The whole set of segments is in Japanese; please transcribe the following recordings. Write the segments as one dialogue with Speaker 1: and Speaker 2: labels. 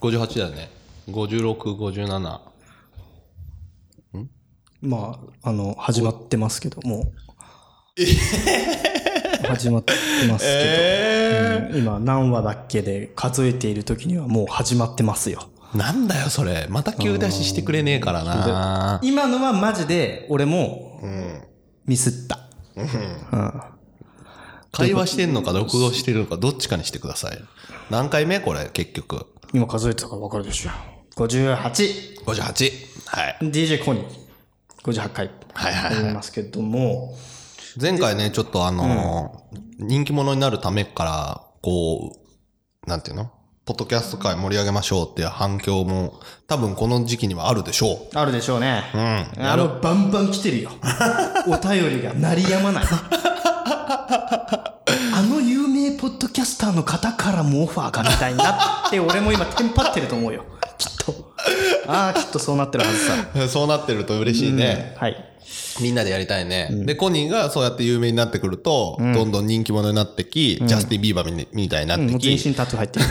Speaker 1: 58だよね。56、57。
Speaker 2: まあ、あの、始まってますけど、もう。始まってますけど、うん今何話だっけで数えている時にはもう始まってますよ。
Speaker 1: なんだよ、それ。また急出ししてくれねえからな。
Speaker 2: 今のはマジで俺も
Speaker 1: うん。
Speaker 2: ミスった。
Speaker 1: 会話してんのか、録音してるのか、どっちかにしてください。何回目これ、結局。
Speaker 2: 今数えてたから分かるでしょ。58。
Speaker 1: 58。はい。
Speaker 2: DJ コニー。58回。
Speaker 1: はいはいはい
Speaker 2: 思いますけども、
Speaker 1: 前回ね、ちょっとあのー人気者になるためから、こう、なんていうのポッドキャスト界盛り上げましょうっていう反響も、多分この時期にはあるでしょ
Speaker 2: あるでしょうね。
Speaker 1: う。うん。
Speaker 2: あの、バンバン来て るよ。お便りが鳴りやまない。あの有名ポッドキャスターの方からもオファーがみたいになって、俺も今テンパってると思うよ。きっと。ああ、きっとそうなってるはずさ。
Speaker 1: そうなってると嬉しいね。
Speaker 2: はい。
Speaker 1: みんなでやりたいね。で、コニーがそうやって有名になってくると、どんどん人気者になってき、ジャスティン・ビーバーみみたいになっ
Speaker 2: も
Speaker 1: て
Speaker 2: う全
Speaker 1: き、
Speaker 2: 身タトゥー入ってる。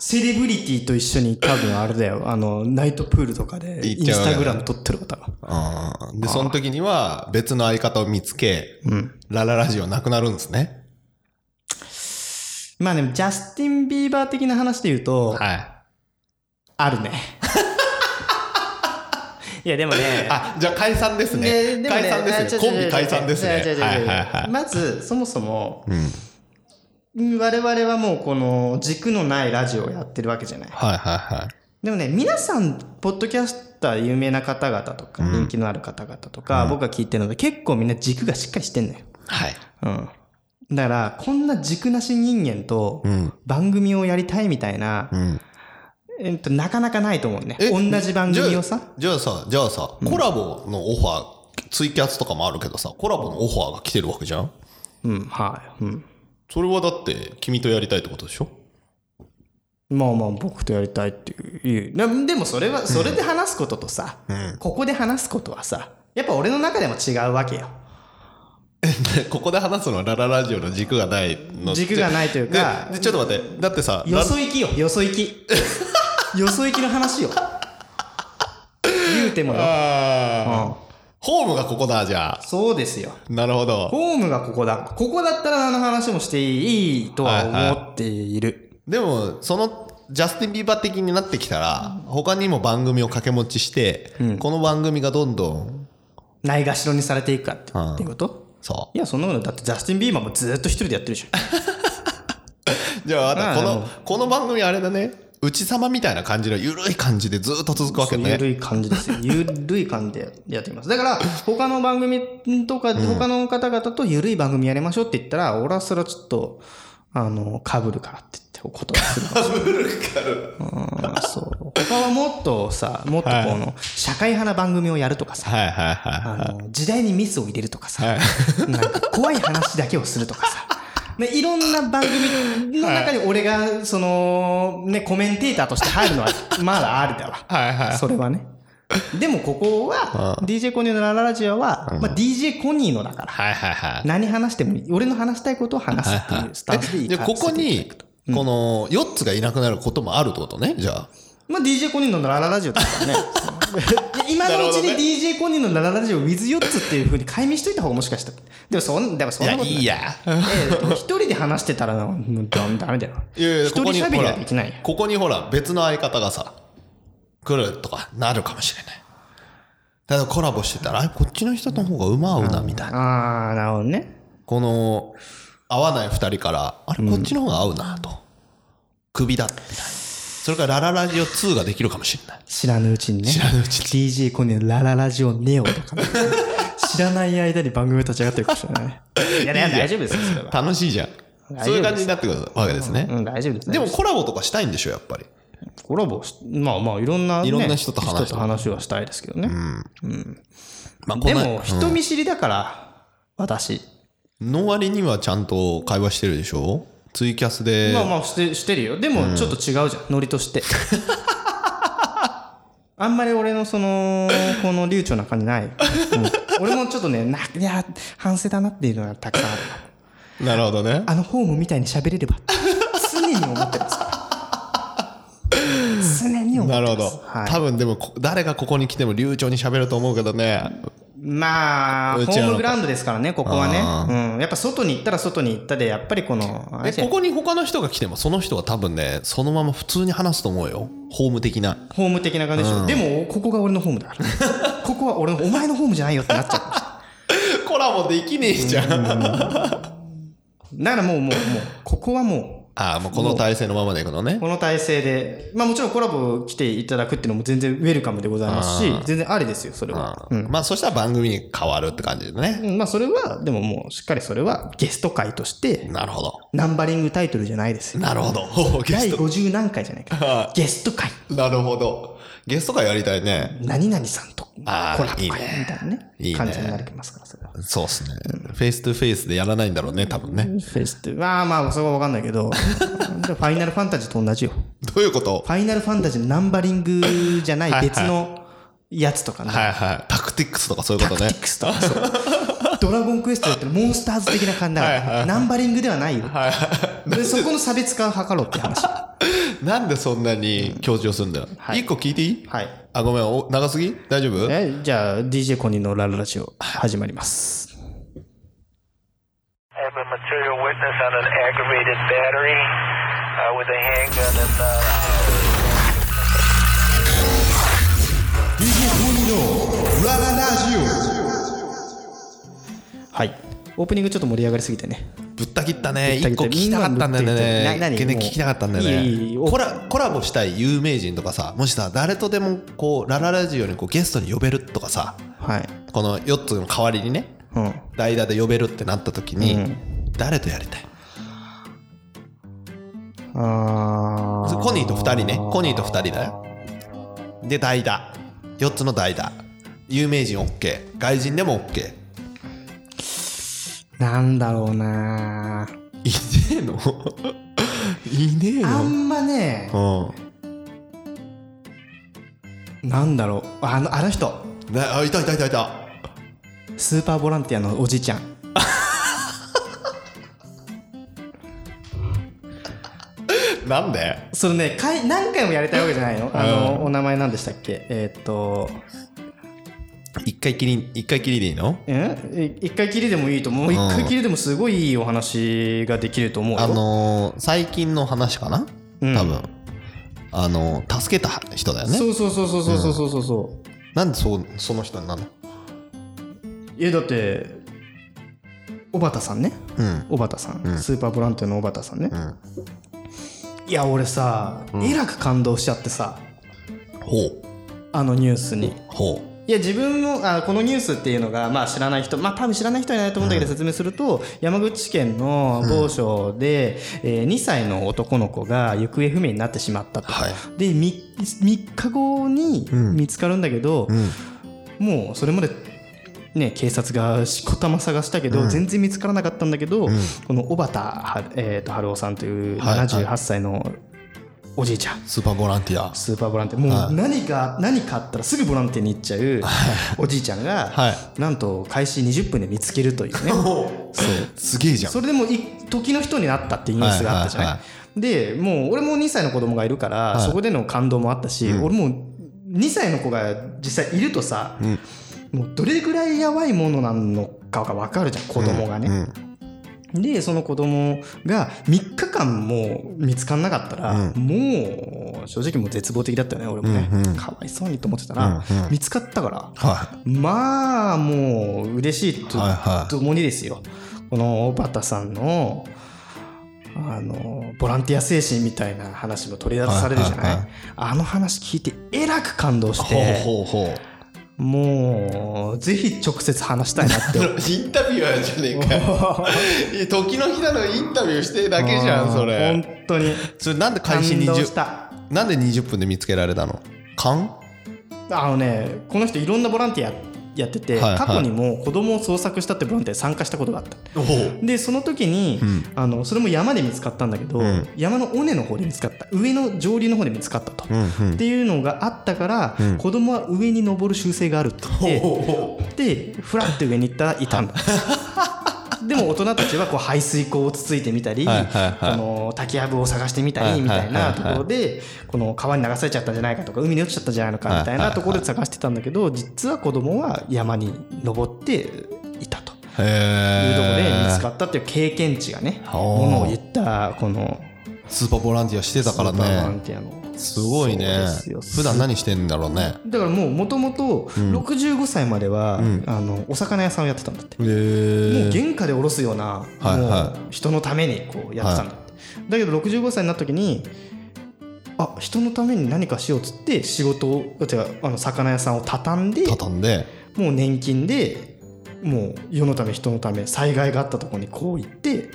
Speaker 2: セレブリティと一緒に多分あれだよ。あの、ナイトプールとかで、イ
Speaker 1: 行っ
Speaker 2: ン
Speaker 1: ちゃう
Speaker 2: ス
Speaker 1: よ
Speaker 2: タグラム撮ってる方が。
Speaker 1: うんで、その時には別の相方を見つけ、ラララジオなくなるんですね。
Speaker 2: まあでも、ジャスティン・ビーバー的な話で言うと、
Speaker 1: はい。
Speaker 2: あるね。 いや、でもね、
Speaker 1: あ、じゃあ解散です
Speaker 2: で
Speaker 1: ね。
Speaker 2: でも
Speaker 1: 解散です
Speaker 2: あ
Speaker 1: ね。コ
Speaker 2: 違う違
Speaker 1: ン
Speaker 2: う違う
Speaker 1: ビ解散ですね。は
Speaker 2: 違う違う違う
Speaker 1: いはいはい。
Speaker 2: まず、そもそも、
Speaker 1: うん。
Speaker 2: 我々はもうこの軸のないラジオをやってるわけじゃない。
Speaker 1: はいはいはい。
Speaker 2: でもね、皆さん、ポッドキャスター有名な方々とか、人気のある方々とか、僕が聞いてるので、結構みんな軸がしっかりしてんのよ。
Speaker 1: はい。
Speaker 2: うん。だから、こんな軸なし人間と
Speaker 1: うん。
Speaker 2: 番組をやりたいみたいな、
Speaker 1: うん。
Speaker 2: えっと、なかなかないと思うね。
Speaker 1: え
Speaker 2: 同じ番組をさ。
Speaker 1: じゃあさ、じゃあさ、コラボのオファー、ツイキャスとかもあるけどさ、コラボのオファーが来てるわけじゃん
Speaker 2: うん、はい。うん。
Speaker 1: それはだって、君とやりたいってことでしょ
Speaker 2: まあまあ僕とやりたいっていうなでもそれはそれで話すこととさ、ここで話すことはさやっぱ俺の中でも違うわけよ
Speaker 1: ここで話すのはラララジオの軸がないの
Speaker 2: 軸がないというか
Speaker 1: ででちょっと待ってだってさ
Speaker 2: よ
Speaker 1: ラ
Speaker 2: そ行きよよそ行 きよそ行きの話よ言うてもよ、
Speaker 1: あー
Speaker 2: うん
Speaker 1: ホームがここだじゃあ
Speaker 2: そうですよ
Speaker 1: なるほど
Speaker 2: ホームがここだここだったら何の話もしていいとは思っている、
Speaker 1: でもそのジャスティン・ビーバー的になってきたら他にも番組を掛け持ちして、この番組がどんどん
Speaker 2: ないがしろにされていくかって,、
Speaker 1: うん
Speaker 2: ってこと
Speaker 1: そ
Speaker 2: いやそんなことないだってジャスティン・ビーマンもずっと一人でやってるじゃん
Speaker 1: うじゃああとこ
Speaker 2: まあ
Speaker 1: のこの番組あれだね内様みたいな感じのゆるい感じでずっと続くわけ
Speaker 2: ゆ
Speaker 1: ね
Speaker 2: るい感 じですよ。ゆるい感じでやっていきます。だから、他の番組とか、他の方々とゆるい番組やりましょうって言ったら、俺はそれはちょっと、あの、かぶるからって言って、お断りするかぶ るから。うん、そう。他はもっとさ、もっとこの、社会派な番組をやるとかさ、
Speaker 1: はいはいは
Speaker 2: あの、時代にミスを入れるとかさ、
Speaker 1: いはい
Speaker 2: なんか怖い話だけをすると かさ。でいろんな番組の中に俺が、その、ね、コメンテーターとして入るのは、まだありだわ。
Speaker 1: はいはい
Speaker 2: それはね。でもここは、DJ コニーのラララジオは、まあ、DJ コニーのだから、
Speaker 1: はいはいはい
Speaker 2: 何話してもいい。俺の話したいことを話すっていうスタンスでいい
Speaker 1: で
Speaker 2: から。
Speaker 1: ここにこの4つがいなくなることもあるってことねじゃあ
Speaker 2: まあ、DJ コニーのラララジオだ からね。いや今のうち
Speaker 1: なるほどね
Speaker 2: に DJ コニーのラララジオ with4 つっていうふうに解明しといた方がもしかしたら。でもそんでもそん
Speaker 1: いや
Speaker 2: ないことない。
Speaker 1: いや
Speaker 2: ええ一人で話してたらなうんダメダメだよ。
Speaker 1: いやいや
Speaker 2: 一人
Speaker 1: ここに
Speaker 2: 喋りは
Speaker 1: ほら
Speaker 2: できないよ。
Speaker 1: ここにほら別の相方がさ来るとかなるかもしれないただコラボしてたらあこっちの人の方がうま合うなみたいな
Speaker 2: ああ、なるほどね。
Speaker 1: この合わない2人からあれこっちの方が合うなと、クビだってなそれからラララジオ2ができるかもしれない
Speaker 2: 知らぬうちにね。知らぬうち DJ コニーのラララジオネオと かね、知らない間に番組立ち上がってるかもしれないね。 いや、大丈夫ですよ、それは。
Speaker 1: 楽しいじゃんそういう感じになってくるわけですね、
Speaker 2: うん、大丈夫です
Speaker 1: で
Speaker 2: ね。でも、
Speaker 1: もコラボとかしたいんでしょやっぱり
Speaker 2: コラボし、まあまあ、いろんな、ね、
Speaker 1: いろんな人と話して
Speaker 2: 人話はしたいですけどね。
Speaker 1: まあこ
Speaker 2: で
Speaker 1: の
Speaker 2: も、人見知りだから、私。
Speaker 1: の割にはちゃんと会話してるでしょツイキャスで、
Speaker 2: まあまあして、してるよ。でも、ちょっと違うじゃん、ノリとして。 あんまり俺のその、この流暢な感じない。うん俺もちょっとね、な、いや、反省だなっていうのがたくさんある。
Speaker 1: なるほどね
Speaker 2: あのホームみたいに喋れれば常に思ってますからに思
Speaker 1: な
Speaker 2: っ
Speaker 1: る
Speaker 2: て
Speaker 1: ほ
Speaker 2: ま
Speaker 1: ど
Speaker 2: す。。はい
Speaker 1: 多分でもこ、誰がここに来ても流暢に喋ると思うけどね。
Speaker 2: まあ、ホ
Speaker 1: うちらの
Speaker 2: ームグラウンドですからね、ここは
Speaker 1: あ
Speaker 2: ね。うん。やっぱ外に行ったら外に行ったで、やっぱりこの、あれ
Speaker 1: え、
Speaker 2: ですね
Speaker 1: ここに他の人が来ても、その人は多分ね、そのまま普通に話すと思うよ。ホーム的な。
Speaker 2: ホーム的な感じでしょ。でも、ここが俺のホームだから。 ここは俺の、お前のホームじゃないよってなっちゃう。
Speaker 1: コラボできねえじゃん。
Speaker 2: だからもう、もう、もう、ここはも
Speaker 1: ああ、もうこの体勢のままでいくのね
Speaker 2: う、。この体制で、まあもちろんコラボ来ていただくっていうのも全然ウェルカムでございますし
Speaker 1: あ、
Speaker 2: 全然ありですよ、それは。
Speaker 1: うんまあ、そしたら番組に変わるって感じでね。
Speaker 2: うんまあそれは、でももう、しっかりそれはゲスト会として、
Speaker 1: なるほど。
Speaker 2: ナンバリングタイトルじゃないですよ。
Speaker 1: なるほど。 ほうゲ
Speaker 2: 第
Speaker 1: ス
Speaker 2: 50何回じゃないか。
Speaker 1: ト。
Speaker 2: ゲスト会。
Speaker 1: なるほど。ゲストがやりたいね。
Speaker 2: 何々さんとコ
Speaker 1: あー
Speaker 2: ラボ会
Speaker 1: い
Speaker 2: み
Speaker 1: い
Speaker 2: た
Speaker 1: ねい
Speaker 2: いなね
Speaker 1: いね
Speaker 2: 感じになりますからそれは
Speaker 1: そうっすね。フェイストゥフェイスでやらないんだろうね、多分ね。
Speaker 2: フェイスってまあまあそこは分かんないけど でもファイナルファンタジーと同じよフ
Speaker 1: どういうこと
Speaker 2: ァイナルファンタジーのナンバリングじゃない別のやつとかね
Speaker 1: はいはい。タクティックスとかそういう
Speaker 2: タ
Speaker 1: こ
Speaker 2: ク
Speaker 1: と
Speaker 2: テ
Speaker 1: ね
Speaker 2: ィ。クスとか そうドラゴンクエストだったらモンスターズ的な感じだからナンバリングではないよでそこの差別化を図ろうって話は
Speaker 1: なんでそんなに強調するんだよ。一個聞いてい い
Speaker 2: い
Speaker 1: あ、ごめん。お長すぎ大丈夫
Speaker 2: えじゃあ DJ コニーのラルラジオ始まります
Speaker 3: I have a material witness on an aggravated battery uh, with a handgun and. Uh
Speaker 2: はいオープニングちょっと盛り上がりすぎてね
Speaker 1: ぶった切ったね。
Speaker 2: ぶった切
Speaker 1: 一
Speaker 2: っ
Speaker 1: 個聞きた
Speaker 2: た
Speaker 1: かったんだよ
Speaker 2: みんな
Speaker 1: ね。
Speaker 2: ぶった切って
Speaker 1: ね
Speaker 2: な何
Speaker 1: 聞きたかったんだよね
Speaker 2: いいいいいい
Speaker 1: コラ。コラボしたい有名人とかさ、もしさ、誰とでもこう、ラララジオにこうゲストに呼べるとかさ、
Speaker 2: はい
Speaker 1: この4つの代わりにね、
Speaker 2: うん
Speaker 1: 代打で呼べるってなった時
Speaker 2: う
Speaker 1: に、誰とやりたい
Speaker 2: あー
Speaker 1: コニーと2人ねコニーと2人だよで代打4つの代打有名人 OK 外人でも OK
Speaker 2: なんだろうない
Speaker 1: ねえの いねえ
Speaker 2: あ
Speaker 1: の
Speaker 2: んまね、
Speaker 1: う
Speaker 2: なんだろうあのあの人
Speaker 1: んなあいたいたいたいた
Speaker 2: スーパーボランティアのおじちゃん
Speaker 1: なんで
Speaker 2: それねかい何回もやりたいわけじゃないのあの、お名前何でしたっけえーっと
Speaker 1: 一回きり一回きりでいいの
Speaker 2: えい一回きりでもいいと思う一回きりでもすごいいいお話ができると思うよ
Speaker 1: あのー最近の話かな
Speaker 2: うん
Speaker 1: 多分あのー助けた人だよね
Speaker 2: そうそうそうそうそうそうそうそう、
Speaker 1: なんでそうその人になるの
Speaker 2: いやだって小畑さんね
Speaker 1: うん
Speaker 2: 小畑さん、スーパーボランティアの小畑さんね、
Speaker 1: ん
Speaker 2: いや俺さ、えらく感動しちゃってさ
Speaker 1: ほう
Speaker 2: あのニュースに
Speaker 1: ほう
Speaker 2: いや自分もあこのニュースっていうのが、まあ、知らない人まあ多分知らない人はいないと思うんだけど説明すると、山口県の某所で、えー2歳の男の子が行方不明になってしまったと、
Speaker 1: はい
Speaker 2: で 3, 日後に
Speaker 1: うん
Speaker 2: 見つかるんだけど、もうそれまで、ね、警察がしこたま探したけど、全然見つからなかったんだけど、この小畑は、えー、と春夫さんという
Speaker 1: はいはい
Speaker 2: 78歳のおじいちゃん、
Speaker 1: スーパーボランティア
Speaker 2: スーパーボランティアも
Speaker 1: は
Speaker 2: う何か何かあったらすぐボランティアに行っちゃうおじいちゃんが、
Speaker 1: は
Speaker 2: なんと開始20分で見つけるというね
Speaker 1: すげえじゃん
Speaker 2: それでもうい時の人になったっていうニュースがあったじゃない,、
Speaker 1: はいは
Speaker 2: でもう俺も2歳の子供がいるから、
Speaker 1: い
Speaker 2: そこでの感動もあったし、俺もう2歳の子が実際いるとさ、もうどれぐらいやばいものなのかが分かるじゃん子供がね、
Speaker 1: うん
Speaker 2: でその子供が3日間もう見つからなかったら、
Speaker 1: う
Speaker 2: もう正直もう絶望的だったよね俺もね、
Speaker 1: うんうん
Speaker 2: かわいそうにと思ってたら、
Speaker 1: うんうん
Speaker 2: 見つかったから
Speaker 1: は
Speaker 2: まあもう嬉しい
Speaker 1: い
Speaker 2: と,、
Speaker 1: はいはい
Speaker 2: ともにですよこの小畑さんのあのボランティア精神みたいな話も取り出されるじゃない,、
Speaker 1: はいはいはい
Speaker 2: あの話聞いてえらく感動して
Speaker 1: ほうほうほう
Speaker 2: もうぜひ直接話したいなって思う
Speaker 1: インタビュアーじゃねえかよいや時の日なのにインタビューして だけじゃんそれ
Speaker 2: 本当に
Speaker 1: それなんで
Speaker 2: 感
Speaker 1: 開始
Speaker 2: 動し
Speaker 1: 20
Speaker 2: た
Speaker 1: なんで20分で見つけられたの勘
Speaker 2: あのねこの人いろんなボランティアやってて、
Speaker 1: はいはい
Speaker 2: 過去にも子供を捜索したってボランティアに参加したことがあった
Speaker 1: おう
Speaker 2: でその時に、
Speaker 1: うん
Speaker 2: あのそれも山で見つかったんだけど、
Speaker 1: うん
Speaker 2: 山の尾根の方で見つかった上の上流の方で見つかったと、
Speaker 1: うんうん
Speaker 2: っていうのがあったから、
Speaker 1: うん
Speaker 2: 子供は上に 登る習性があるって言って、でフラッて上に行ったらいたんだでも大人たちはこう排水溝をつついてみたり、
Speaker 1: はいはいはい
Speaker 2: この滝やぶを探してみたりみたいなところで、この川に流されちゃったんじゃないかとか、海に落ちちゃったんじゃないのかみたいなところで探してたんだけど、実は子供は山に登っていたと。
Speaker 1: へえ
Speaker 2: いうところで見つかったっていう経験値がね、
Speaker 1: おー
Speaker 2: ものを言ったこの
Speaker 1: スーパーボランティアしてたから
Speaker 2: スーパーボラ
Speaker 1: ね
Speaker 2: ンティアの
Speaker 1: すごいね
Speaker 2: そうです
Speaker 1: 普
Speaker 2: よ
Speaker 1: 段何してんだろうね
Speaker 2: だからもうもともと65歳までは、
Speaker 1: ん
Speaker 2: あのお魚屋さんをやってたんだって、
Speaker 1: へ
Speaker 2: もう
Speaker 1: え
Speaker 2: 原価でおろすような、
Speaker 1: はいは
Speaker 2: もう人のためにこうやってたんだって、だけど65歳になった時にあ人のために何かしようっつって仕事を違うあの魚屋さんを畳んで
Speaker 1: 畳んで
Speaker 2: もう年金でもう世のため人のため災害があったところにこう行って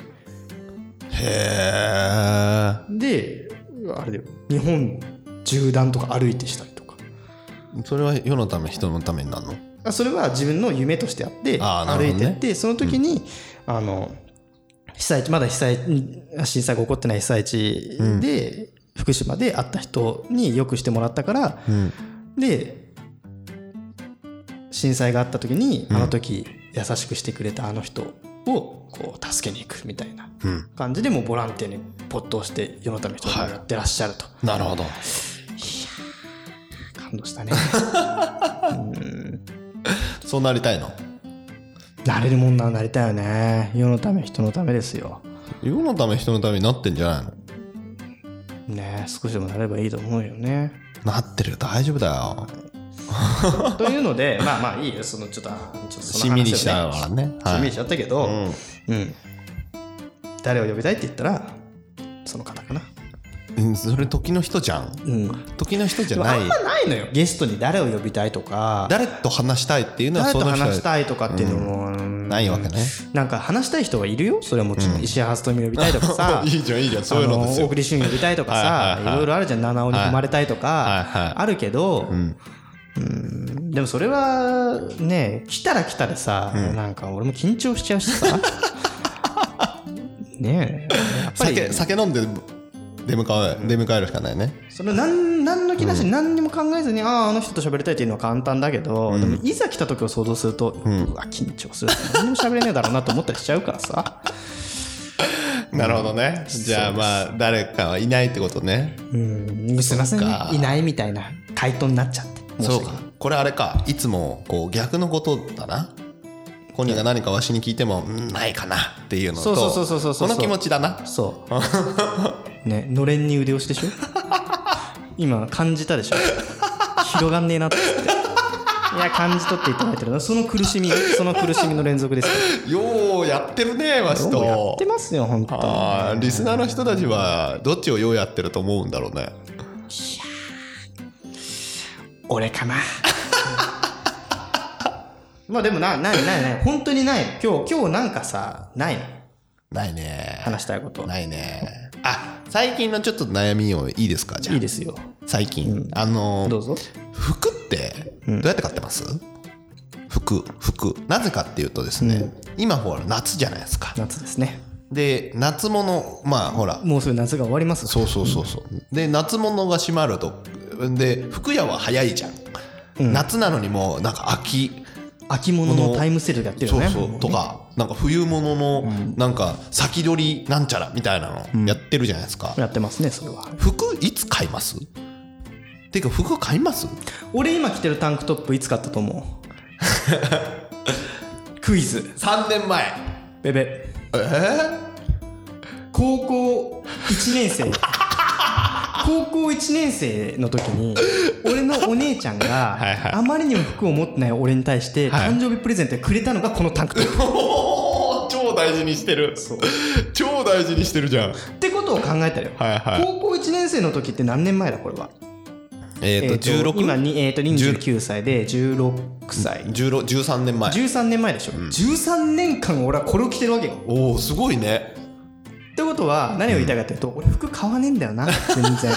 Speaker 1: へえ
Speaker 2: であれだよ日本縦断とか歩いてしたりとか
Speaker 1: それは世のため人のためになるの
Speaker 2: あそれは自分の夢としてあって
Speaker 1: あーな
Speaker 2: 歩
Speaker 1: る
Speaker 2: い
Speaker 1: ほど
Speaker 2: て
Speaker 1: ね
Speaker 2: って、その時に、あの被災地まだ被災震災が起こってない被災地で、福島で会った人によくしてもらったから
Speaker 1: うん
Speaker 2: で震災があった時に、
Speaker 1: うん
Speaker 2: あの時優しくしてくれたあの人をこう助けに行くみたいな
Speaker 1: うん
Speaker 2: 感じでもうボランティアに没頭して世のため人をやってらっしゃると。
Speaker 1: なるほど
Speaker 2: 感 動したねうん
Speaker 1: そうなりたいの
Speaker 2: なれるもんならなりたいよね世のため人のためですよ
Speaker 1: 世のため人のためになってんじゃないの
Speaker 2: ね少しでもなればいいと思うよね
Speaker 1: なってるよ大丈夫だよ
Speaker 2: というの でまあまあいいよそのちょっとあちょっと
Speaker 1: し
Speaker 2: そ
Speaker 1: ん
Speaker 2: の話をね
Speaker 1: みりしたからね
Speaker 2: しんみ
Speaker 1: は
Speaker 2: り
Speaker 1: い
Speaker 2: しちゃったけど、
Speaker 1: うん
Speaker 2: うん誰を呼びたいって言ったらその方かな
Speaker 1: うんそれ時の人じゃん
Speaker 2: うん
Speaker 1: 時の人じ
Speaker 2: で
Speaker 1: ゃ
Speaker 2: も
Speaker 1: な
Speaker 2: あ
Speaker 1: い
Speaker 2: んまないのよゲストに誰を呼びたいとか
Speaker 1: 誰と話したいっていうのはそ
Speaker 2: 誰と
Speaker 1: の人
Speaker 2: 話したいとかっていうのも、うん
Speaker 1: ないわけね
Speaker 2: なんか話したい人はいるよそれはもちろん石原さとみ呼びたいとか さ
Speaker 1: いいじゃんいいじゃんそういうのです
Speaker 2: あ
Speaker 1: よ
Speaker 2: 大栗旬呼びたいとか
Speaker 1: はい
Speaker 2: さ
Speaker 1: はい
Speaker 2: い
Speaker 1: はい
Speaker 2: ろいろあるじゃん七尾に踏まれたいと
Speaker 1: はいはいはい
Speaker 2: かあるけど、
Speaker 1: うん
Speaker 2: うんでもそれはね来たら来たでさ、なんか俺も緊張しちゃうしさ ねえやっぱり
Speaker 1: 酒酒飲んで出迎え出迎えるしかないね
Speaker 2: その何何の気なしに何にも考えずに、あああの人と喋りたいっていうのは簡単だけど、でもいざ来た時を想像すると、うわ緊張する何にも喋れねえだろうなと思ったりしちゃ うからさ
Speaker 1: なるほどねじゃあまあ誰かはいないってことね
Speaker 2: うんすいませんね
Speaker 1: そっか
Speaker 2: いないみたいな回答になっちゃって申し
Speaker 1: そう
Speaker 2: 訳ない
Speaker 1: かこれあれかいつもこう逆のことだな本人が何かわしに聞いてもうんないかなっていうのと
Speaker 2: そうそうそうそうそうそう
Speaker 1: この気持ちだな
Speaker 2: そ うねのれんに腕押しでしょ今感じたでしょ広がんねえなっていや感じ取っていただいてるなその苦しみその苦しみの連続ですよ
Speaker 1: ようやってるねわし
Speaker 2: どうもや
Speaker 1: と
Speaker 2: ってますよ本当に
Speaker 1: あーリスナーの人たちはどっちをようやってると思うんだろうね
Speaker 2: 俺かなまあでもなないないない本当にない今日今日なんかさないの
Speaker 1: ないね
Speaker 2: 話したいこと
Speaker 1: ないねあ最近のちょっと悩みをいいですかじゃあ
Speaker 2: いいですよ
Speaker 1: 最近、あの
Speaker 2: どうぞ
Speaker 1: 服ってどうやって買ってます、服服なぜかっていうとですね、今ほら夏じゃないですか
Speaker 2: 夏ですね
Speaker 1: で夏物まあほら
Speaker 2: もうすぐ夏が終わります
Speaker 1: そうそうそうそうで夏物が閉まるとで服屋は早いじゃん、夏なのにもうなんか秋
Speaker 2: 秋物のタイムセールやってるよね
Speaker 1: そうそうとかなんか冬物のなんか先取りなんちゃらみたいなのやってるじゃないですか、
Speaker 2: やってますねそれは
Speaker 1: 服いつ買いますっていうか服買います
Speaker 2: 俺今着てるタンクトップいつ買ったと 思うクイズ
Speaker 1: ?3 年前
Speaker 2: ベベ
Speaker 1: え
Speaker 2: 高校1年 生高校1年生の時 に俺のお姉ちゃんが
Speaker 1: はいはい
Speaker 2: あまりにも服を持ってない俺に対して
Speaker 1: はい
Speaker 2: 誕生日プレゼントでくれたのがこのタンク トップ
Speaker 1: ー、おー超大事にしてる超大事にしてるじゃん
Speaker 2: ってことを考えたらよ
Speaker 1: はいはい
Speaker 2: 高校1年生の時って何年前だこれは
Speaker 1: えっ、
Speaker 2: えー
Speaker 1: と16
Speaker 2: 今に、えー、と29歳で16歳
Speaker 1: 16 13年前
Speaker 2: 13年前でしょ、13年間俺はこれを着てるわけよ
Speaker 1: おおすごいね
Speaker 2: ってことは何を言いたいかというと、俺服買わねえんだよな全然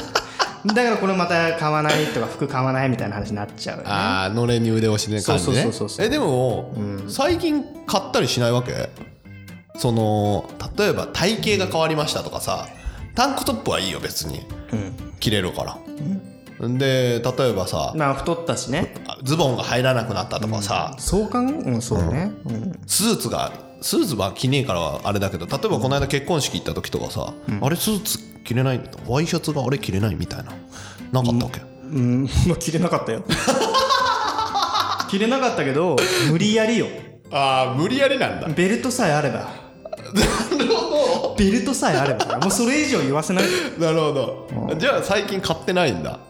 Speaker 2: だからこれまた買わないとか服買わないみたいな話になっちゃうよね
Speaker 1: ああのれんに腕押しね感じね
Speaker 2: そうそうそうそうそう
Speaker 1: えでも、最近買ったりしないわけその例えば体型が変わりましたとかさ、タンクトップはいいよ別に
Speaker 2: うん
Speaker 1: 着れるから、で例えばさ、
Speaker 2: まあ太ったしね
Speaker 1: ズボンが入らなくなったとかさ、
Speaker 2: そうかんうんそうね、うん
Speaker 1: スーツがスーツは着ねえからはあれだけど例えばこの間結婚式行った時とかさ、あれスーツ着れないワイシャツがあれ着れないみたいななかったっけ、
Speaker 2: うん、 まあ、切れなかったよ。切れなかったけど、無理やりよ。
Speaker 1: ああ無理やり なんだ
Speaker 2: ベルトさえあれば。ベルトさえあれば。もうそれ以上言わせない。
Speaker 1: なるほど、じゃあ最近買ってないんだ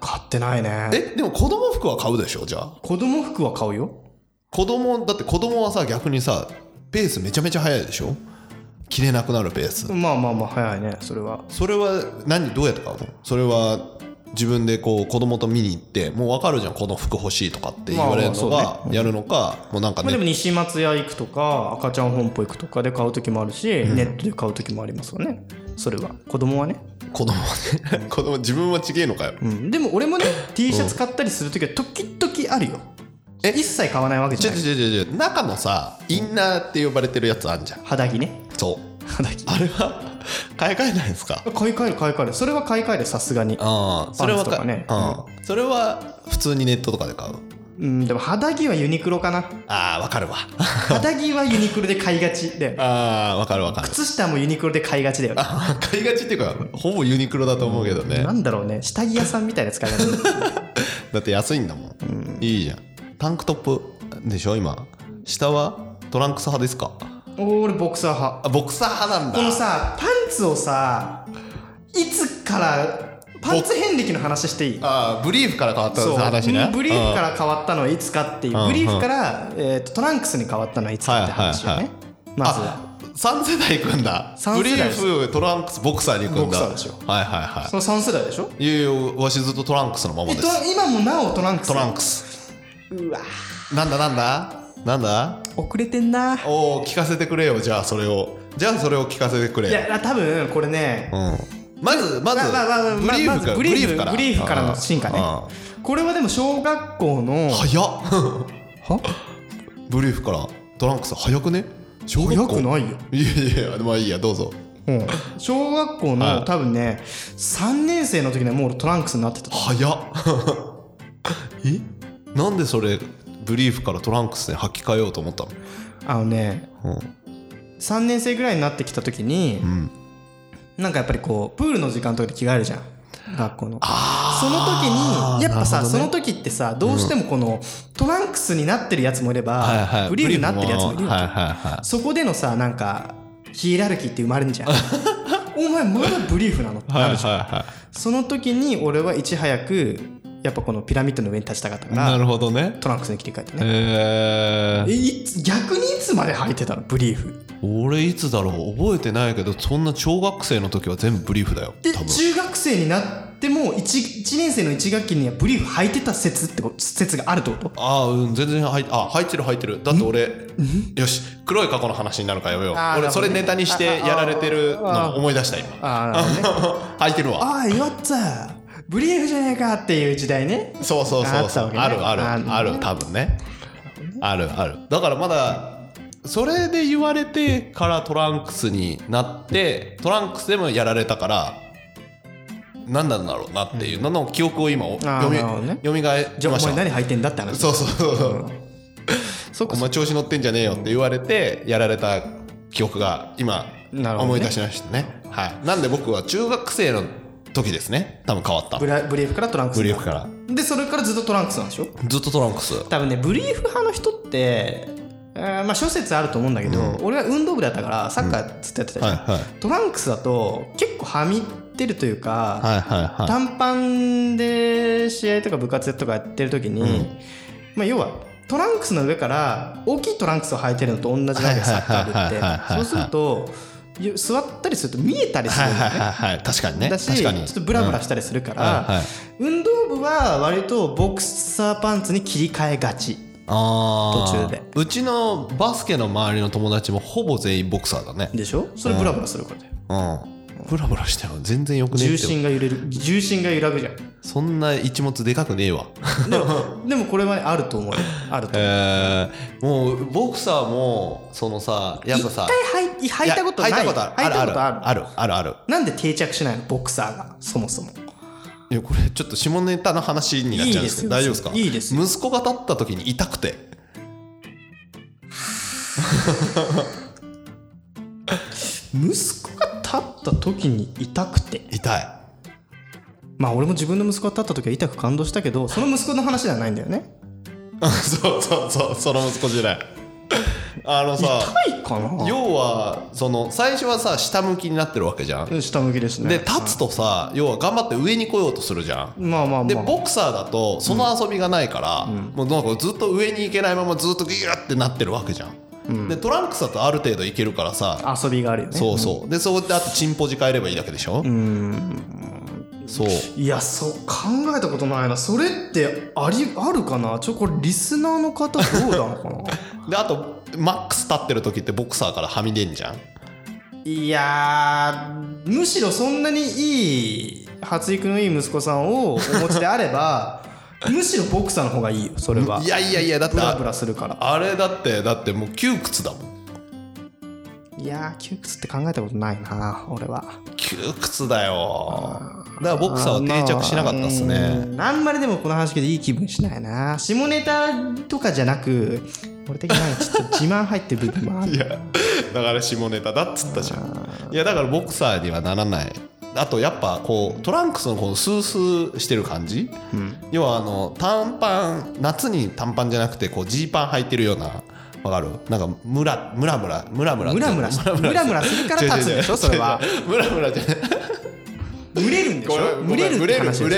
Speaker 2: 買ってないね。
Speaker 1: えでも子供服は買うでしょじゃあ
Speaker 2: 子供服は買うよ。
Speaker 1: 子供だって子供はさ逆にさペースめちゃめちゃ速いでしょ着れなくなるペース、
Speaker 2: まあまあまあ、早いね、それは。
Speaker 1: それは何どうやって買うのそれは自分でこう子供と見に行ってもう分かるじゃんこの服欲しいとかって言われるの
Speaker 2: まあまあ
Speaker 1: がやるのかもうなんか
Speaker 2: まあ、でも
Speaker 1: ね
Speaker 2: 西松屋行くとか赤ちゃん本舗行くとかで買う時もあるし、ネットで買う時もありますよねそれは子供はね、
Speaker 1: 子供はね 子供自分はちげえのかよ
Speaker 2: うん、でも俺もね T シャツ買ったりする時は時々あるよえ一切買わないわけじ
Speaker 1: ち
Speaker 2: ゃ
Speaker 1: ょ
Speaker 2: な
Speaker 1: ちょ
Speaker 2: い
Speaker 1: ちょちょちょ中のさインナーって呼ばれてるやつあんじゃん
Speaker 2: 肌着ね
Speaker 1: そう
Speaker 2: 肌着
Speaker 1: あれは買い替えないんですか
Speaker 2: 買い替える買い替えるそれは買い替えるさすがに
Speaker 1: ああそれは
Speaker 2: パンツとかね
Speaker 1: うん、それは普通にネットとかで買う
Speaker 2: うんでも肌着はユニクロか な
Speaker 1: ああわかるわ
Speaker 2: 肌着はユニクロで買いがちで
Speaker 1: ああわかるわかる
Speaker 2: 靴下もユニクロで買いがちだよね
Speaker 1: あ買いがちっていうかほぼユニクロだと思うけどね
Speaker 2: なんだろうね下着屋さんみたいな 使い方
Speaker 1: だって安いんだもん、いいじゃんタンクトップでしょ今下はトランクス派ですか
Speaker 2: 俺ボクサー派
Speaker 1: あボクサー派なんだ
Speaker 2: このさパンツをさいつからパンツ遍歴の話していい
Speaker 1: あーブリーフから変わった
Speaker 2: そう
Speaker 1: 話ね
Speaker 2: ブリーフか
Speaker 1: うん
Speaker 2: ら変わったのはいつかっていう
Speaker 1: うん
Speaker 2: ブリーフから、えー、とトランクスに変わったのはいつかって話よね、
Speaker 1: はいはい
Speaker 2: まずは
Speaker 1: あ三3世代いくんだ
Speaker 2: 三
Speaker 1: ブ
Speaker 2: 世
Speaker 1: リ
Speaker 2: 代
Speaker 1: ー
Speaker 2: です
Speaker 1: フトランクスボクサーに行くんだ
Speaker 2: ボクサーでしょ
Speaker 1: はいはいは
Speaker 2: その3世代でしょ
Speaker 1: いいやいやわしずっとトランクスのまま
Speaker 2: え
Speaker 1: で
Speaker 2: と
Speaker 1: す
Speaker 2: 今もなおトランクス
Speaker 1: トランクスうわなんだなんだなんだ
Speaker 2: 遅れてんな
Speaker 1: おお聞かせてくれよじゃあそれをじゃあそれを聞かせてくれ
Speaker 2: いや多分これね
Speaker 1: うんまずまず
Speaker 2: まあまあまあ
Speaker 1: ブリーフか
Speaker 2: まあまず
Speaker 1: ら
Speaker 2: ブリーフ
Speaker 1: から
Speaker 2: ブリーフからの進化ね
Speaker 1: うん
Speaker 2: これはでも小学校の
Speaker 1: 早っ
Speaker 2: は
Speaker 1: ブリーフからトランクス早くね小学校
Speaker 2: 早くないよ、
Speaker 1: いやいやまあいいやどうぞ
Speaker 2: うん、小学校
Speaker 1: は
Speaker 2: の
Speaker 1: い
Speaker 2: 多分ね3年生の時にはもう俺トランクスになってた
Speaker 1: 早 っえなんでそれブリーフからトランクスに履き替えようと思ったの
Speaker 2: あのね3年生ぐらいになってきた時に
Speaker 1: うん、うん、
Speaker 2: なんかやっぱりこうプールの時間とかで着替えるじゃん学校の
Speaker 1: あ
Speaker 2: その時にやっぱさ、
Speaker 1: なるほ
Speaker 2: そ
Speaker 1: どね
Speaker 2: の時ってさどうしてもこの、トランクスになってるやつもいれば、
Speaker 1: はいはい
Speaker 2: ブリーフになってるやつもいるよ、
Speaker 1: はいはいは
Speaker 2: そこでのさなんかヒエラルキーって生まれ るじゃんお前まだブリーフなのって
Speaker 1: いは
Speaker 2: ないるじゃん、
Speaker 1: は
Speaker 2: その時に俺はいち早くやっぱこのピラミッドの上に立ちたかった
Speaker 1: い
Speaker 2: か
Speaker 1: なる
Speaker 2: ら
Speaker 1: ほどね
Speaker 2: トランクスに切り替えてね、
Speaker 1: え
Speaker 2: え
Speaker 1: ー、
Speaker 2: いつ逆にいつまで履いてたのブリーフ
Speaker 1: 俺いつだろう覚えてないけどそんな小学生の時は全部ブリーフだよ
Speaker 2: で
Speaker 1: 多分
Speaker 2: 中学生になっても 1, 1年生の1学期にはブリーフ履いてた説ってこと説があるってこと
Speaker 1: ああうん全然入っあ入ってる入ってるだって俺よし黒い過去の話になるからやめよう
Speaker 2: あー
Speaker 1: 俺
Speaker 2: なる
Speaker 1: そ
Speaker 2: ほどね
Speaker 1: れネタにして
Speaker 2: ああ
Speaker 1: やられてる
Speaker 2: あ
Speaker 1: の思い出した今
Speaker 2: ああなるほどね
Speaker 1: 入ってるわ
Speaker 2: ああよっつぁブリーフじゃねえかっていう時代ね
Speaker 1: そうそうそ
Speaker 2: あ
Speaker 1: う
Speaker 2: っ
Speaker 1: そ
Speaker 2: た
Speaker 1: う
Speaker 2: わけね
Speaker 1: あるある
Speaker 2: ある
Speaker 1: ある多分ねあるあるだからまだそれで言われてからトランクスになってトランクスでもやられたから何なんだろうなっていうのの記憶を今お
Speaker 2: あー
Speaker 1: 読み
Speaker 2: なるほどね
Speaker 1: 蘇み返
Speaker 2: じ
Speaker 1: し
Speaker 2: ゃあ
Speaker 1: ま
Speaker 2: お
Speaker 1: し
Speaker 2: 前
Speaker 1: た
Speaker 2: 何履いてんだって話
Speaker 1: そうそうそうそう
Speaker 2: そっか
Speaker 1: お前調子乗ってんじゃねえよって言われてやられた記憶が今
Speaker 2: なるほど
Speaker 1: 思
Speaker 2: ね
Speaker 1: い出しましたねはい、なんで僕は中学生の時ですね多分変わった
Speaker 2: ブラブリーフからトランクス
Speaker 1: ブリーフから
Speaker 2: でそれからずっとトランクスなんでしょ
Speaker 1: ずっとトランクス
Speaker 2: 多分ねブリーフ派の人ってえーまあ諸説あると思うんだけど、俺は運動部だったからサッカーずっとやってたじゃん、
Speaker 1: はいはい
Speaker 2: トランクスだと結構はみってるというか、
Speaker 1: はいはいはい
Speaker 2: 短パンで試合とか部活とかやってる時に、
Speaker 1: うん
Speaker 2: まあ、要はトランクスの上から大きいトランクスを履いてるのと同じなわけでサッカー部
Speaker 1: はいはいはい
Speaker 2: っ
Speaker 1: は
Speaker 2: て
Speaker 1: いは
Speaker 2: そう
Speaker 1: い
Speaker 2: するとゆ座ったりすると見えたりする
Speaker 1: はい
Speaker 2: んだ
Speaker 1: はい
Speaker 2: よね。
Speaker 1: はいはい確かにね
Speaker 2: だしち
Speaker 1: 確
Speaker 2: ょ
Speaker 1: かに
Speaker 2: っとブラブラしたりするから、
Speaker 1: うんはいはい
Speaker 2: 運動部は割とボクサーパンツに切り替えがち
Speaker 1: あー
Speaker 2: 途中で
Speaker 1: うちのバスケの周りの友達もほぼ全員ボクサーだね
Speaker 2: でしょそれブラブラするからだよ、
Speaker 1: うんブラブラしても全然よくねえって
Speaker 2: 重心が揺れる重心が揺らぐじゃん
Speaker 1: そんな一物でかくねえわ
Speaker 2: でも でもこれはねあると思うよあると思う、
Speaker 1: えー、もうボクサーもそのさやっぱさ
Speaker 2: 一回履い履いたことない
Speaker 1: や履いたことある
Speaker 2: 履いたことある
Speaker 1: あるあるある
Speaker 2: なんで定着しないのボクサーがそもそも
Speaker 1: いやこれちょっと下ネタの話になっちゃうんですけど
Speaker 2: い
Speaker 1: 大
Speaker 2: い
Speaker 1: 丈夫で
Speaker 2: で
Speaker 1: す
Speaker 2: す
Speaker 1: か
Speaker 2: よいいですよ
Speaker 1: 息子が立った時に痛くて
Speaker 2: 息子が立った時に痛くて
Speaker 1: 痛い。
Speaker 2: まあ俺も自分の息子が立った時は痛く感動したけどその息子の話ではないんだよね
Speaker 1: そうそうそう、その息子じゃない。あのさ、
Speaker 2: 痛いかな
Speaker 1: 要は、その、最初はさ、下向きになってるわけじゃん。
Speaker 2: 下向きですね
Speaker 1: で、立つとさ、要は頑張って上に来ようとするじゃん。
Speaker 2: まあまあまあ
Speaker 1: でボクサーだとその遊びがないから、もうなんかずっと上に行けないままずっとギューってなってるわけじゃん、でトランクスだとある程度行けるからさ
Speaker 2: 遊びがあるよね
Speaker 1: そうそうでそこであとチンポジ変えればいいだけでしょ、そう
Speaker 2: いやそう考えたことないなそれってありあるかなちょこれリスナーの方どうなのかな
Speaker 1: であとマックス立ってる時ってボクサーからはみ出んじゃん
Speaker 2: いやーむしろそんなにいい発育のいい息子さんをお持ちであれ ばむしろボクサーの方がいいよそれはい
Speaker 1: やいやいやだって
Speaker 2: ブラブラするから
Speaker 1: あれだってだってもう窮屈だもん
Speaker 2: いやー窮屈って考えたことないな俺は
Speaker 1: 窮屈だよだからボクサーは定着しなかったっす
Speaker 2: あ
Speaker 1: ね、
Speaker 2: んあんまりでもこの話聞いていい気分しないな下ネタとかじゃなく俺的にはちょっと自慢入ってる部分もあ る
Speaker 1: いやだから下ネタだっつったじゃんいやだからボクサーにはならないあとやっぱこうトランクスのこのスースーしてる感じ、要はあの短パン夏に短パンじゃなくてこうジーパン履いてるようなわかるなんかムラムラムラムラ ムラ
Speaker 2: ムラムラしムラムラするから立つんでしょそ れは
Speaker 1: ムラムラじゃない
Speaker 2: 蒸れるんでしょ蒸れるって話でしょ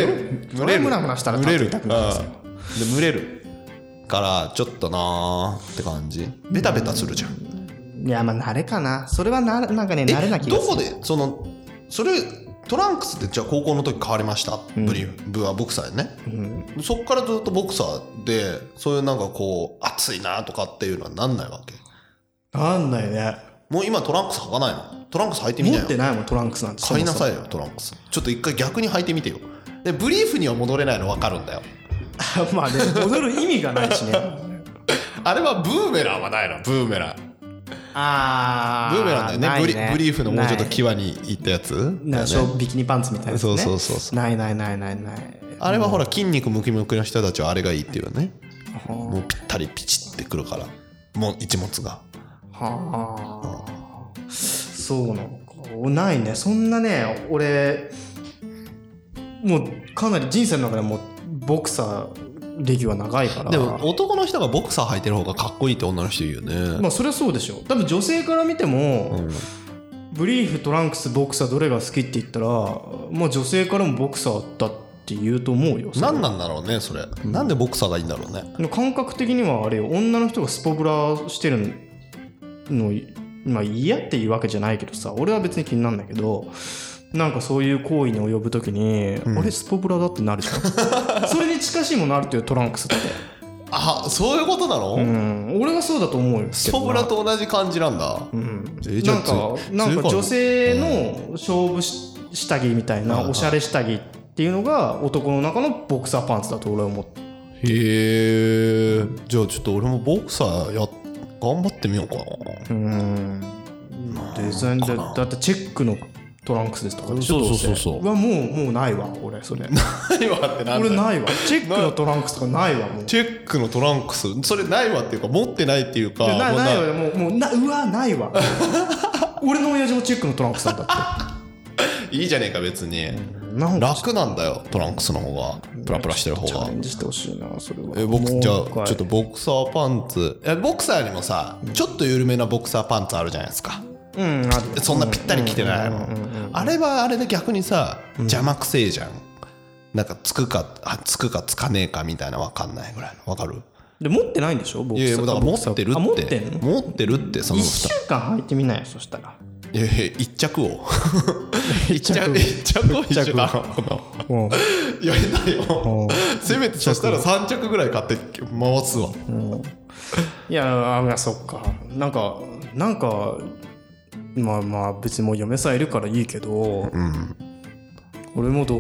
Speaker 1: 蒸れる
Speaker 2: ムラムラしたら立つ痛くなるんですよ
Speaker 1: うんで蒸れるからちょっとなーって感じベタベタするじゃん
Speaker 2: いやまあ慣れかなそれはななんかね
Speaker 1: え
Speaker 2: 慣れな気がす
Speaker 1: どこ
Speaker 2: る
Speaker 1: でそのそれトランクスってじゃあ高校の時変わりました、ブリブはボクサーやね、そっからずっとボクサーでそういうなんかこう熱いなとかっていうのはなんないわけ
Speaker 2: なんだよね
Speaker 1: もう今トランクス履かないのトランクス履いてみ
Speaker 2: 持
Speaker 1: な
Speaker 2: って
Speaker 1: よ
Speaker 2: ないもんトランクスなんて
Speaker 1: 買いなさ
Speaker 2: い
Speaker 1: いよトランクスちょっと一回逆に履いてみてよでブリーフには戻れないの分かるんだよ
Speaker 2: まあね踊る意味がないし ね
Speaker 1: あれはブーメランはないのブーメラン
Speaker 2: あ
Speaker 1: ブ
Speaker 2: ー
Speaker 1: ーメランだよね
Speaker 2: ない
Speaker 1: ブリブリーフのもうちょっと
Speaker 2: ない
Speaker 1: 際にいったやつだ
Speaker 2: な
Speaker 1: よ
Speaker 2: ん
Speaker 1: ね
Speaker 2: か小ビキニパンツみたいなやつ
Speaker 1: そう
Speaker 2: ね
Speaker 1: そうそうそう
Speaker 2: ないないないないない
Speaker 1: あれはほら筋肉ムキムキの人たちはあれがいいっていうよね
Speaker 2: は
Speaker 1: もうぴったりピチってくるからもう一物が
Speaker 2: あそうなのかないねそんなね俺もうかなり人生の中でもうボクサー歴は長いから
Speaker 1: でも男の人がボクサー履いてる方がかっこいいって女の人言うよね、
Speaker 2: まあそれはそうでしょ多分女性から見ても、
Speaker 1: うん
Speaker 2: ブリーフトランクスボクサーどれが好きって言ったらもう女性からもボクサーだって言うと思うよそれは
Speaker 1: 何なんだろうねそれ、なんでボクサーがいいんだろうね
Speaker 2: 感覚的にはあれよ女の人がスポブラしてるのまあ嫌っていうわけじゃないけどさ俺は別に気になんないけどなんかそういう行為に及ぶ時に、
Speaker 1: ん
Speaker 2: あれスポブラだってなるじ ゃんそれに近しいものあるっていうトランクスって、
Speaker 1: あそういうことなの、
Speaker 2: うん、俺はそうだと思うよけどな
Speaker 1: スポブラと同じ感じなんだ、
Speaker 2: うん
Speaker 1: えじゃあ
Speaker 2: なんか
Speaker 1: つ
Speaker 2: なん
Speaker 1: 強い
Speaker 2: か
Speaker 1: かな
Speaker 2: 女性の勝負し下着みたい
Speaker 1: はいは
Speaker 2: ないおしゃれ下着っていうのが男の中のボクサーパンツだと俺は思って
Speaker 1: へえじゃあちょっと俺もボクサーやっ頑張ってみようかな
Speaker 2: うんデザインだだってチェックのトランクスですとかでしょ
Speaker 1: そうそう
Speaker 2: どせ
Speaker 1: そうそう
Speaker 2: はもうもうないわ俺それ
Speaker 1: ないわってなん
Speaker 2: 俺
Speaker 1: だよ
Speaker 2: ないわチェックのトランクスとかないわもう
Speaker 1: チェックのトランクスそれないわっていうか持ってないっていうか
Speaker 2: でない
Speaker 1: もう
Speaker 2: ないわもうもうなうわない わ俺の親父もチェックのトランクスなんだっ
Speaker 1: いいじゃねえか別に、
Speaker 2: てなんか
Speaker 1: 楽なんだよトランクスの方がプラプラしてる方
Speaker 2: チャ
Speaker 1: が
Speaker 2: レンジしてほしいなそれは
Speaker 1: え僕じゃ
Speaker 2: もう一回
Speaker 1: あちょっとボクサーパンツえボクサーにもさちょっと緩めなボクサーパンツあるじゃないですか
Speaker 2: うんあるよ
Speaker 1: そんなぴったり着てない
Speaker 2: うん
Speaker 1: の
Speaker 2: うんうんうん
Speaker 1: あれはあれで逆にさ邪魔くせえじゃんなんかつくかあつくかつかねえかみたいな分かんないぐらいの分かる
Speaker 2: で持ってないんでしょボク
Speaker 1: い
Speaker 2: サー
Speaker 1: やいやだから持ってる
Speaker 2: あ持っ
Speaker 1: ってて
Speaker 2: んの
Speaker 1: 持ってるってその
Speaker 2: 1
Speaker 1: 二
Speaker 2: 週間履いてみないよそしたら
Speaker 1: いやいや一着 を一
Speaker 2: 着
Speaker 1: 着一着を一
Speaker 2: 一
Speaker 1: 着
Speaker 2: 着
Speaker 1: やりたいよせめてそしたら三着ぐらい買って回すわ
Speaker 2: いやあまあそっかなんかなんかまあまあ別にもう嫁さんいるからいいけど、
Speaker 1: うん
Speaker 2: 俺もど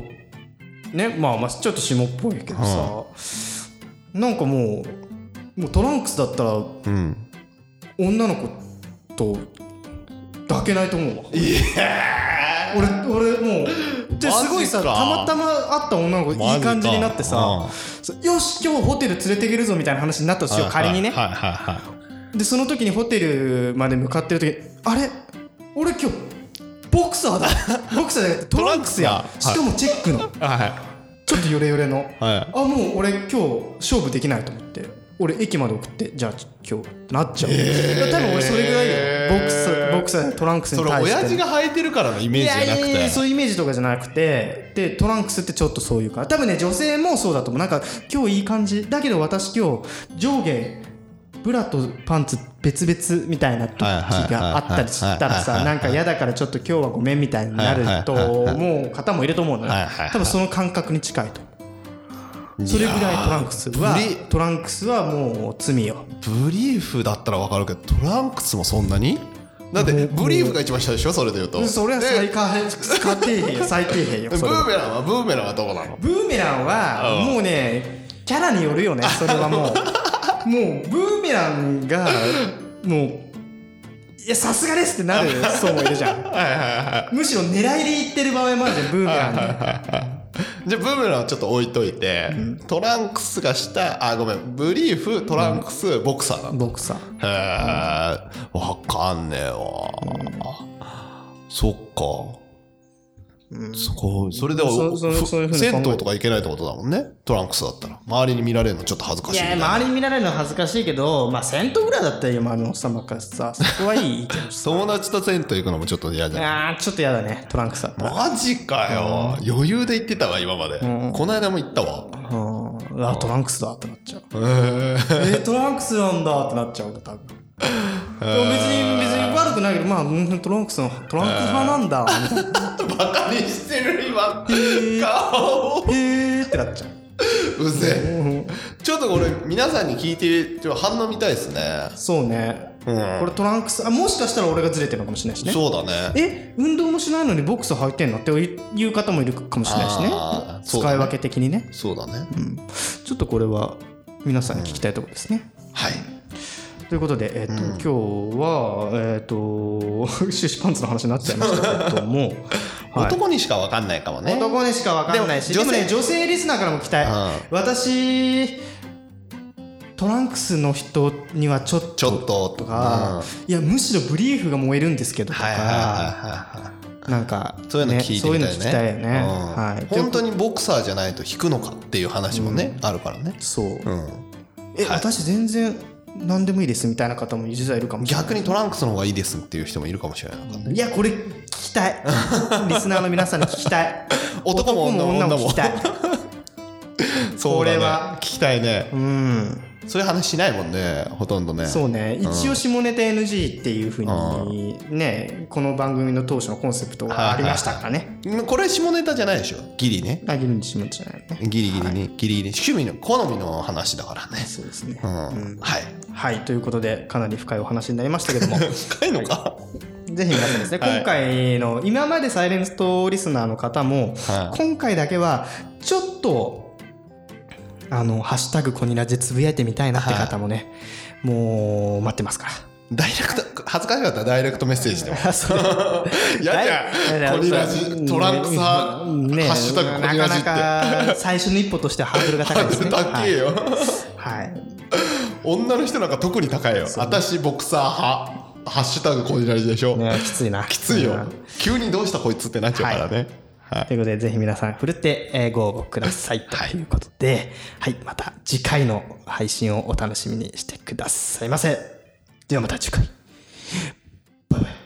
Speaker 2: ねまあまあちょっと霜っぽいけどさ、なんかもうもうトランクスだったら
Speaker 1: うん
Speaker 2: 女の子と抱けないと思うわ俺俺もうで
Speaker 1: マジか
Speaker 2: すごいさたまたま会った女の子いい感じになってさ、
Speaker 1: マジか
Speaker 2: そうよし今日ホテル連れていけるぞみたいな話になったとしよう、
Speaker 1: はい
Speaker 2: 仮にね、
Speaker 1: はいはいはいはい
Speaker 2: でその時にホテルまで向かってる時あれ俺今日ボクサーだボクサーじゃなくてトランクスや
Speaker 1: トラ
Speaker 2: し
Speaker 1: ンクス
Speaker 2: かもチェックの、
Speaker 1: は
Speaker 2: ちょっとヨレヨレの
Speaker 1: い。はい。
Speaker 2: あもう俺今日勝負できないと思って俺駅まで送ってじゃあ今日ってなっちゃう、多分俺それぐらいよボクサーボクサーやトランクス
Speaker 1: それ、
Speaker 2: に対して
Speaker 1: 親父が履いてるからのイメージじゃなく
Speaker 2: いやいやいやそう
Speaker 1: て。
Speaker 2: いうイメージとかじゃなくてでトランクスってちょっとそういうか多分ね女性もそうだと思うなんか今日いい感じだけど私今日上下ブラとパンツ別々みたいな時があったりしたら
Speaker 1: はい
Speaker 2: さ
Speaker 1: はいはいはいはいはいはい
Speaker 2: なんか嫌だからちょっと今日はごめんみたいになると思う方もいると思うのよ
Speaker 1: はいはいはい
Speaker 2: 多分その感覚に近いと思うそれぐらいトランクスは
Speaker 1: ブリ
Speaker 2: トランクスはもう罪よ
Speaker 1: ブリーフだったらわかるけど、トランクスもそんなにだって、ブリーフが一番下でしょそれで言うと。
Speaker 2: それは
Speaker 1: で
Speaker 2: 最下底辺よ最底辺よ
Speaker 1: ブ
Speaker 2: それは
Speaker 1: ーメランは、ブーメランはどこなの
Speaker 2: ブーメランはもうねキャラによるよ ねそれはもうもうブーメランがもういやさすがですってなる人もいるじゃ ん
Speaker 1: はいはいはい。
Speaker 2: むしろ狙いでいってる場合もあるじゃんブーメランで
Speaker 1: じゃあブーメランはちょっと置いといて、トランクスが下あごめんブリーフトランクス、ボクサーなの
Speaker 2: ボクサー
Speaker 1: へえわかんねえわ、そっか、そこそれでは
Speaker 2: そそ
Speaker 1: ふ
Speaker 2: そういうふうに考え
Speaker 1: 銭湯とか行けないってことだもんねトランクスだったら周りに見られるのちょっと恥ずか
Speaker 2: い
Speaker 1: しいみ
Speaker 2: や
Speaker 1: たいな
Speaker 2: 周りに見られるのは恥ずかしいけどまあ銭湯ぐらいだったら今のおっさんばっかりさそこはいいけど
Speaker 1: 友達と銭湯行くのもちょっと嫌じゃん
Speaker 2: あーちょっとやだねトランクスだったら
Speaker 1: マジかよ、余裕で行ってたわ今まで、この間も行ったわ
Speaker 2: うんあトランクスだってなっちゃう
Speaker 1: へえ
Speaker 2: えートランクスなんだってなっちゃう多分でも別に別に悪くないけどまあうんトランクスのトランクス派なんだみたいな
Speaker 1: バカにしてる今顔を
Speaker 2: へーってなっちゃう
Speaker 1: うぜちょっとこれ皆さんに聞いてちょっと反応見たいですね
Speaker 2: そうね、
Speaker 1: うん
Speaker 2: これトランクスあもしかしたら俺がずれてるのかもしれないしね
Speaker 1: そうだね
Speaker 2: え運動もしないのにボックス履いてんのっていう方もいるかもしれないしね
Speaker 1: あーそうだ
Speaker 2: 使
Speaker 1: ね
Speaker 2: い分け的にね
Speaker 1: そうだね
Speaker 2: ちょっとこれは皆さんに聞きたいところですね、
Speaker 1: はい
Speaker 2: ということで、えっと今日は、えっと シュシュパンツの話になっちゃいましたけ ども、はい
Speaker 1: 男にしか分かんないかもね
Speaker 2: 男にしか分かんないし
Speaker 1: で
Speaker 2: で
Speaker 1: も
Speaker 2: もね女性リスナーからも期待、
Speaker 1: うん
Speaker 2: 私トランクスの人にはちょっと
Speaker 1: ちょっとと
Speaker 2: とか、いやむしろブリーフが燃えるんですけどとか、
Speaker 1: はいはいはいはい
Speaker 2: なんか、ね、
Speaker 1: そういうの聞いてみたいね
Speaker 2: そういうの聞きたいよね、
Speaker 1: うん
Speaker 2: はい
Speaker 1: 本当
Speaker 2: に
Speaker 1: にボクサーじゃないと引くのかっていう話もねあるからね
Speaker 2: そう、
Speaker 1: うん
Speaker 2: え、私全然何でもいいですみたいな方も実はいるかもしれない
Speaker 1: 逆にトランクスの方がいいですっていう人もいるかもしれないからね
Speaker 2: いやこれ聞きたい リスナーの皆さんに聞きたい
Speaker 1: 男も女も
Speaker 2: 男聞きたい
Speaker 1: そうだね
Speaker 2: これは
Speaker 1: 聞きたいね
Speaker 2: うん
Speaker 1: そういう話しないもんねほとんどね
Speaker 2: そうね、一応下ネタ NG っていうふうにね、この番組の当初のコンセプトがありましたからね。
Speaker 1: これ下ネタじゃないでしょギリね
Speaker 2: あげるにしもじゃないね。
Speaker 1: ギリギリね、ギリギリ趣味の好みの話だからね
Speaker 2: そうですね
Speaker 1: う。ん、はい
Speaker 2: はい、ということで、かなり深いお話になりました けども、ぜ
Speaker 1: 深いのか
Speaker 2: ひ皆さんですね、
Speaker 1: はい
Speaker 2: 今回の、今までサイレンストリスナーの方も、
Speaker 1: は
Speaker 2: 今回だけは、ちょっと、あの、ハッシュタグコニラジでつぶやいてみたいなって方もね、もう待ってますから。
Speaker 1: ダイレクト恥ずかしかったらダイレクトメッセー ジでも
Speaker 2: あそう
Speaker 1: やじゃんコニラジトランクサハッシュタグコニラジっ
Speaker 2: なかなか最初の一歩としてはハードルが高いです
Speaker 1: て
Speaker 2: ね。
Speaker 1: 高えよ、
Speaker 2: はい。はい
Speaker 1: 女の人なんか特に高いよ私ボクサー派ハッシュタグコニラジでしょ、
Speaker 2: ね、きついな。
Speaker 1: きついよ、
Speaker 2: うん
Speaker 1: 急にどうしたこいつってなっちゃうからね、はい
Speaker 2: ということで、ぜひ皆さん、ふるって、えーご応募ください。ということで、はい、また次回の配信をお楽しみにしてくださいませ。ではまた次回。バイバイ。